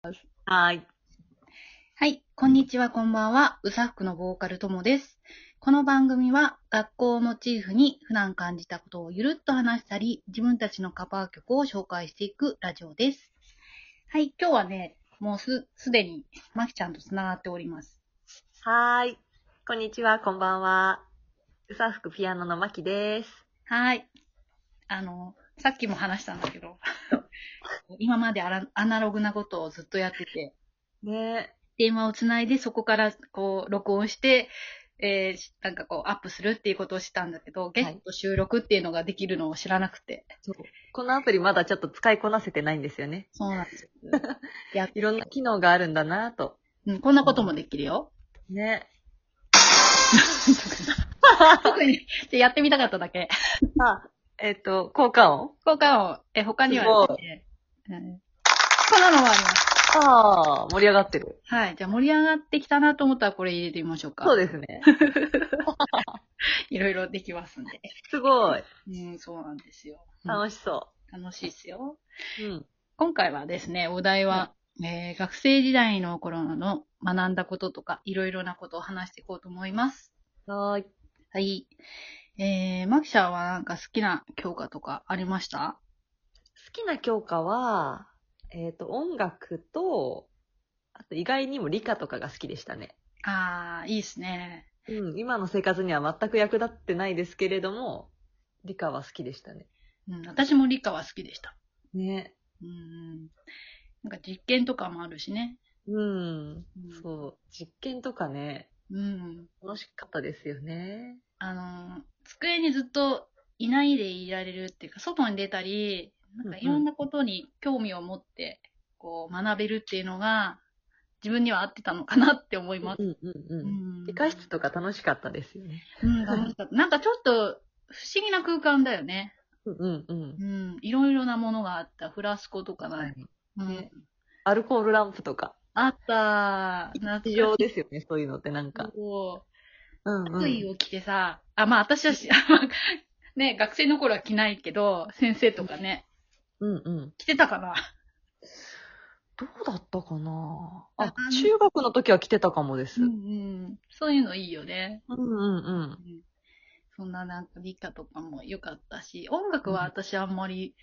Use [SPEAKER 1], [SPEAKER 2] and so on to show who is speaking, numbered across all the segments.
[SPEAKER 1] はい。
[SPEAKER 2] はい、こんにちは、こんばんは。うさふくのボーカルともです。この番組は学校をモチーフに普段感じたことをゆるっと話したり、自分たちのカバー曲を紹介していくラジオです。はい、今日はね、もうす、すでにまきちゃんとつながっております。
[SPEAKER 1] はーい。こんにちは、こんばんは。うさふくピアノのまきです。
[SPEAKER 2] はい。あの、さっきも話したんだけど、 今までアラアナログなことをずっとやってて、
[SPEAKER 1] ね
[SPEAKER 2] 電話をつないで、そこからこう、録音して、えーしなんかこう、アップするっていうことをしたんだけど、ゲスト収録っていうのができるのを知らなくて。
[SPEAKER 1] このアプリまだちょっと使いこなせてないんですよね。
[SPEAKER 2] そうなん ですよ。やっ
[SPEAKER 1] いろんな機能があるんだなぁと。
[SPEAKER 2] うん、こんなこともできるよ。
[SPEAKER 1] ね
[SPEAKER 2] 特に、でやってみたかっただけ。
[SPEAKER 1] あ、えっ、と、効果音
[SPEAKER 2] 効果音、え、他にはですね、うんこんなのもあります。
[SPEAKER 1] ああ、盛り上がってる。
[SPEAKER 2] はい。じゃあ盛り上がってきたなと思ったらこれ入れてみましょうか。
[SPEAKER 1] そう
[SPEAKER 2] で
[SPEAKER 1] ですね。
[SPEAKER 2] す。いろいろできますんで。
[SPEAKER 1] すごい。
[SPEAKER 2] うん、そうなんですよ。
[SPEAKER 1] 楽しそ
[SPEAKER 2] 楽しいですよ。
[SPEAKER 1] う。うん。
[SPEAKER 2] 今回はですね、お題は、えー学生時代の頃の学んだこととか、いろいろなことを話していこうと思います。
[SPEAKER 1] はーい。
[SPEAKER 2] はい。えー、マキシャーはなんか好きな教科とかありました
[SPEAKER 1] 好きな教科は、えっ、と、音楽と、あと意外にも理科とかが好きでしたね。
[SPEAKER 2] あー、いいですね。
[SPEAKER 1] うん、今の生活には全く役立ってないですけれども、理科は好きでしたね。
[SPEAKER 2] うん、私も理科は好きでした。
[SPEAKER 1] ね。
[SPEAKER 2] うん。なんか実験とかもあるしね。
[SPEAKER 1] うん。
[SPEAKER 2] うん
[SPEAKER 1] そう。実験とかね、
[SPEAKER 2] うん。
[SPEAKER 1] 楽しかったですよね。
[SPEAKER 2] あのー、机にずっといないでいられるっていうか、外に出たり、なんかいろんなことに興味を持って、こう、学べるっていうのが、自分には合ってたのかなって思います。
[SPEAKER 1] うんうん
[SPEAKER 2] う
[SPEAKER 1] うん。
[SPEAKER 2] ん
[SPEAKER 1] 理科室とか楽しかったですよね。
[SPEAKER 2] うん、楽しかったなんかちょっと、不思議な空間だよね。
[SPEAKER 1] うんうんうん。
[SPEAKER 2] うん、いろいろなものがあった。フラスコとかない。う
[SPEAKER 1] ね
[SPEAKER 2] ん、
[SPEAKER 1] アルコールランプとか、
[SPEAKER 2] あったー。
[SPEAKER 1] 非
[SPEAKER 2] 懐
[SPEAKER 1] 常
[SPEAKER 2] か
[SPEAKER 1] ですよね、そういうのってなんか。
[SPEAKER 2] こ
[SPEAKER 1] うん
[SPEAKER 2] う、
[SPEAKER 1] う
[SPEAKER 2] 白衣
[SPEAKER 1] ん。
[SPEAKER 2] を着てさ、あ、まあ私はし、 ね、学生の頃は着ないけど、先生とかね、
[SPEAKER 1] うんうん。
[SPEAKER 2] 着てたかな。
[SPEAKER 1] どうだったかな
[SPEAKER 2] あ
[SPEAKER 1] あ、中学の時は来てたかもです。
[SPEAKER 2] う
[SPEAKER 1] うん
[SPEAKER 2] うんん、そういうのいいよね。
[SPEAKER 1] うんうん。
[SPEAKER 2] そんななんか理科とかも良かったし、音楽は私あんまり、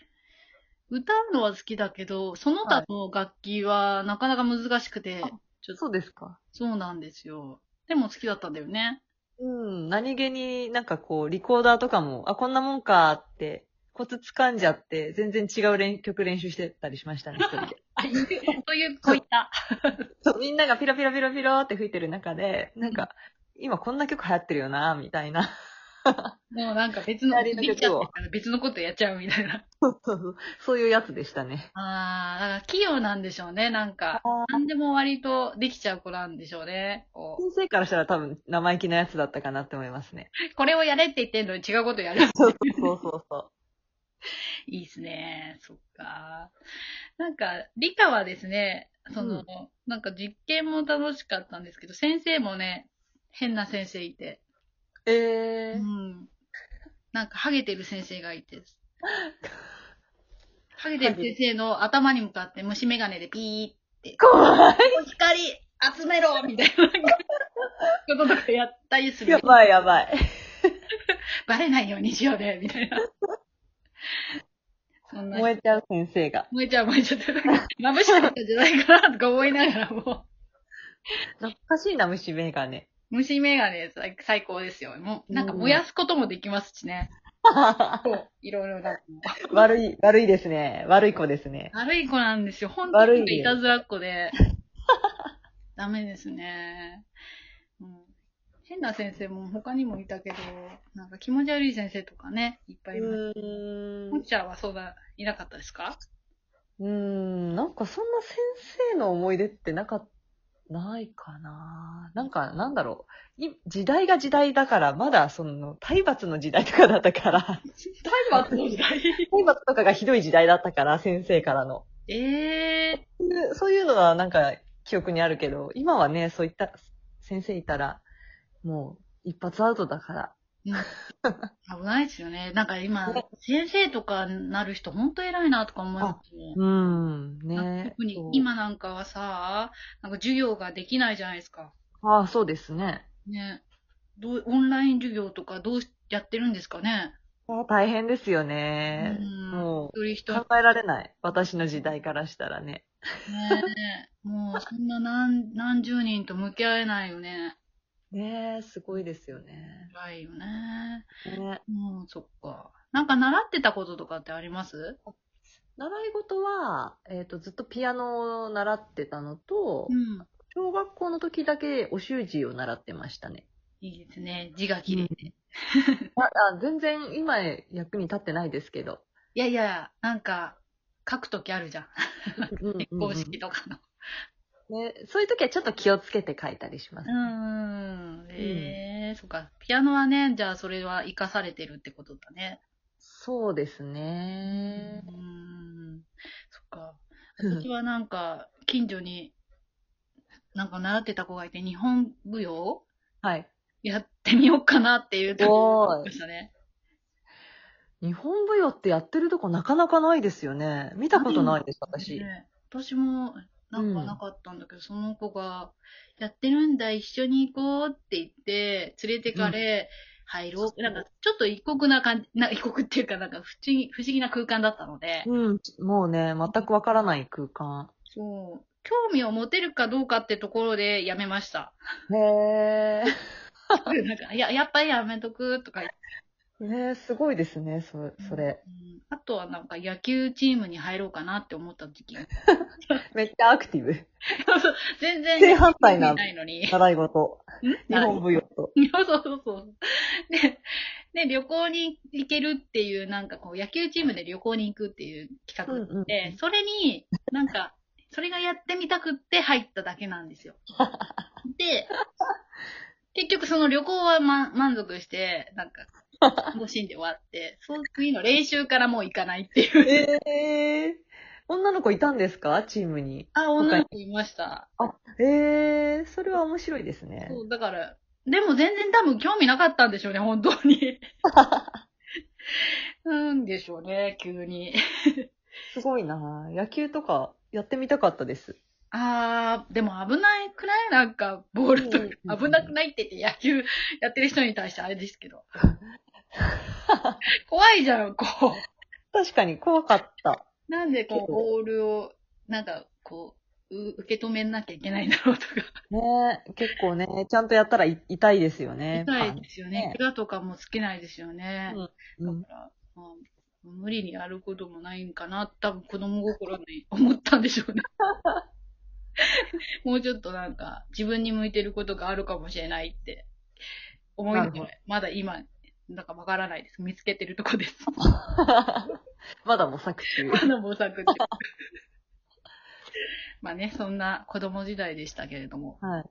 [SPEAKER 2] 歌うのは好きだけど、その他の楽器はなかなか難しくて、
[SPEAKER 1] あ
[SPEAKER 2] ちょっと
[SPEAKER 1] そうですか。
[SPEAKER 2] そうなんですよ。でも好きだったんだよね。
[SPEAKER 1] うん、何気になんかこう、リコーダーとかも、あ、こんなもんかって、コツ掴んじゃって、全然違う練曲練習してたりしましたね、一人 で。
[SPEAKER 2] そういう、こういった。
[SPEAKER 1] そう、みんながピロピロピロピロって吹いてる中で、なんか、今こんな曲流行ってるよな、みたいな。
[SPEAKER 2] でもなんか別の、
[SPEAKER 1] 二人の
[SPEAKER 2] できちゃ
[SPEAKER 1] 曲を
[SPEAKER 2] ってから別のことやっちゃうみた いな。
[SPEAKER 1] そうそうそうそういうやつでしたね。
[SPEAKER 2] あー、だから器用なんでしょうね、なんか。何でも割とできちゃう子なんでしょうね。こう
[SPEAKER 1] 先生からしたら多分生意気なやつだったかなって思いますね。
[SPEAKER 2] これをやれって言ってんのに違うことやる。
[SPEAKER 1] そうそうそうそ
[SPEAKER 2] いいっすね。そっか。なんか、理科はですね、その、
[SPEAKER 1] うん
[SPEAKER 2] なんか実験も楽しかったんですけど、先生もね、変な先生いて、
[SPEAKER 1] う。 え
[SPEAKER 2] う
[SPEAKER 1] ー、
[SPEAKER 2] ん。なんか、ハゲてる先生がいて、ハゲてる先生の頭に向かって虫眼鏡でピーって、
[SPEAKER 1] 怖い。
[SPEAKER 2] 光集めろみたいな、なんか こととかやったりする
[SPEAKER 1] や。ばいやばい。
[SPEAKER 2] バレないようにしようね、みたいな。 そんな
[SPEAKER 1] 燃えちゃう先生が。
[SPEAKER 2] 燃えちゃう燃えちゃって、 眩しかったんじゃないかなとか思いながらも、
[SPEAKER 1] 懐かしいな、虫眼 鏡。
[SPEAKER 2] 虫眼鏡最最高ですよ。もう、なんか燃やすこともできますしね。そう、いろいろだ。
[SPEAKER 1] 悪い、悪いですね。悪い子ですね。
[SPEAKER 2] 悪い子なんですよ。本
[SPEAKER 1] 悪
[SPEAKER 2] 当
[SPEAKER 1] い
[SPEAKER 2] に
[SPEAKER 1] ね
[SPEAKER 2] いたずらっ子で。ダメですね、うん。変な先生も他にもいたけど、なんか気持ち悪い先生とかね、いっぱいいます。
[SPEAKER 1] うーん
[SPEAKER 2] もっちゃんはそうだ、いなかったで すか
[SPEAKER 1] うーん、なんかそんな先生の思い出ってなかっないかな。なんか、なんだろう。い時代が時代だから、まだその、体罰の時代とかだったから、
[SPEAKER 2] 大罰の時代。
[SPEAKER 1] 体罰とかがひどい時代だったから、先生からの。
[SPEAKER 2] ええ
[SPEAKER 1] でそういうのはなんか、記憶にあるけど、今はね、そういった先生いたら、もう、一発アウトだから、
[SPEAKER 2] ー。危ないですよね。なんか今、先生とかになる人、本当偉いなとか思いますね。
[SPEAKER 1] うん、
[SPEAKER 2] なんか
[SPEAKER 1] ね
[SPEAKER 2] 特に今なんかはさ、なんか授業ができないじゃないですか。
[SPEAKER 1] ああ、そうですね。
[SPEAKER 2] ね。どう、オンライン授業とかどうしやってるんですかね。
[SPEAKER 1] ああ大変ですよね。
[SPEAKER 2] うん
[SPEAKER 1] も
[SPEAKER 2] 一人一
[SPEAKER 1] う、
[SPEAKER 2] 人ね
[SPEAKER 1] 考えられない。私の時代からしたらね。。
[SPEAKER 2] もうそんな何、何十人と向き合えないよね。
[SPEAKER 1] ねえ、すごいですよね。
[SPEAKER 2] 辛いよね。
[SPEAKER 1] ね
[SPEAKER 2] もう、そっか。なんか習ってたこととかってあります
[SPEAKER 1] 習い事は、えっ、と、ずっとピアノを習ってたのと、
[SPEAKER 2] うん。
[SPEAKER 1] 小学校の時だけお習字を習ってましたね。
[SPEAKER 2] いいですね。字が綺麗で。い
[SPEAKER 1] まあ、全然今役に立ってないですけ ど。
[SPEAKER 2] やいや、なんか、書くときあるじゃん。
[SPEAKER 1] うん
[SPEAKER 2] 結婚式とかの。
[SPEAKER 1] ね、そういう時はちょっと気をつけて書いたりします。
[SPEAKER 2] うん。ええそっか。ピアノはね、じゃあそれは活かされてるってことだね。
[SPEAKER 1] そうです
[SPEAKER 2] う
[SPEAKER 1] ね。
[SPEAKER 2] ん。そっか。私はなんか、近所に、なんか習ってた子がいて、日本舞踊
[SPEAKER 1] はい。
[SPEAKER 2] やってみようかなっていう時
[SPEAKER 1] おーい
[SPEAKER 2] でしたね。
[SPEAKER 1] 日本舞踊ってやってるとこなかなかないですよね。見たことないです、私。
[SPEAKER 2] ね私もなんかなかったんだけど、その子が、やってるんだ、一緒に行こうって言って、連れてかれ、入ろう。なんか、ちょっと異国な感じ、な異国っていうか、なんか不思議、不思議な空間だったので、
[SPEAKER 1] うん、もうね、全くわからない空間。
[SPEAKER 2] そう、興味を持てるかどうかってところでやめま した。
[SPEAKER 1] へ
[SPEAKER 2] なんか、いや、やっぱりやめとくとか言って。
[SPEAKER 1] え。ねすごいですね、そそれ。
[SPEAKER 2] うんあとはなんか野球チームに入ろうかなって思った 時期。
[SPEAKER 1] めっちゃアクティブ。
[SPEAKER 2] 全然、
[SPEAKER 1] 正反対な
[SPEAKER 2] ないの に。
[SPEAKER 1] 習い事。
[SPEAKER 2] ん
[SPEAKER 1] 日本舞踊と。
[SPEAKER 2] そうそうそう。で、で、旅行に行けるっていう、なんかこう、野球チームで旅行に行くっていう企
[SPEAKER 1] うんう
[SPEAKER 2] 画
[SPEAKER 1] ん
[SPEAKER 2] で、それに、なんか、それがやってみたくって入っただけなん ですよ。で、結局その旅行は、ま、満足して、なんか、楽しんで終わって、その次の練習からもう行かないっていう。
[SPEAKER 1] ええ。女の子いたんですかチームに。
[SPEAKER 2] あ、女の子いました。
[SPEAKER 1] ええ、それは面白いですね。
[SPEAKER 2] そう、だから、でも全然多分興味なかったんでしょうね、本当に。なんでしょうね、急に。
[SPEAKER 1] すごいな野球とかやってみたかったです。
[SPEAKER 2] あー、でも危ないくないなんか、ボールと
[SPEAKER 1] うん
[SPEAKER 2] 危なくないって言って野球 やってる人に対してあれですけ ど。怖いじゃん、こ
[SPEAKER 1] 確かに怖かった。
[SPEAKER 2] う。なんでこう、ボールを、なんか、こう、う受け止めなきゃいけないんだろうとか。
[SPEAKER 1] ねえ結構ね、ちゃんとやったらい痛いですよね。
[SPEAKER 2] 痛いですよね
[SPEAKER 1] ね。
[SPEAKER 2] 怪我とかもつけないですよね。
[SPEAKER 1] パンうん
[SPEAKER 2] だから、まあ、無理にやることもないんかな、多分子供心に思ったんでしょう ね。もうちょっとなんか、自分に向いてることがあるかもしれないって思いな
[SPEAKER 1] なる
[SPEAKER 2] が
[SPEAKER 1] ほ
[SPEAKER 2] ら、まだ今、なんかわからないです。見つけてるとこ です。
[SPEAKER 1] まだ模索中
[SPEAKER 2] ま。だ模索中。 まあね、そんな子供時代でしたけれども、
[SPEAKER 1] はい。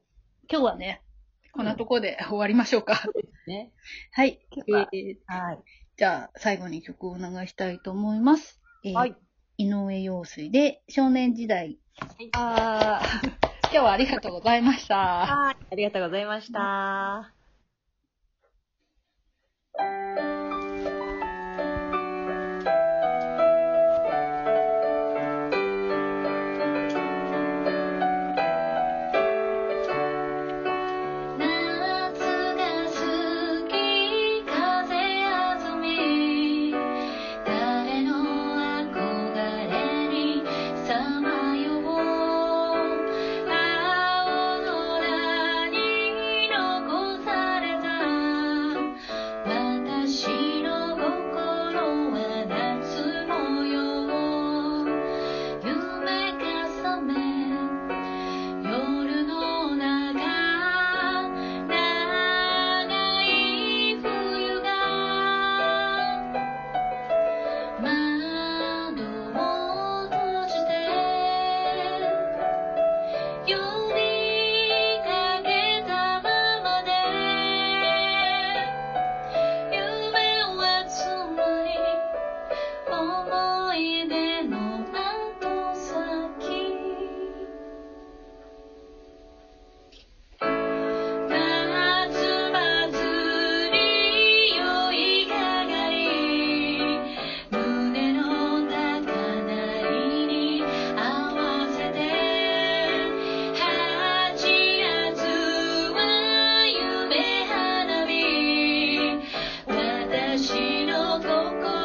[SPEAKER 2] 今日はね、こんなとこで終わりましょうか。
[SPEAKER 1] ね。
[SPEAKER 2] はい。え
[SPEAKER 1] 今
[SPEAKER 2] ー
[SPEAKER 1] はい。
[SPEAKER 2] じゃあ、最後に曲を流したいと思います。えー
[SPEAKER 1] はい。
[SPEAKER 2] 井上陽水で少年時代。ああ、 今日はありがとうございました。
[SPEAKER 1] はい。ありがとうございました。
[SPEAKER 3] 夏が好き風あずみ誰の憧れにさまよう青空に残された私男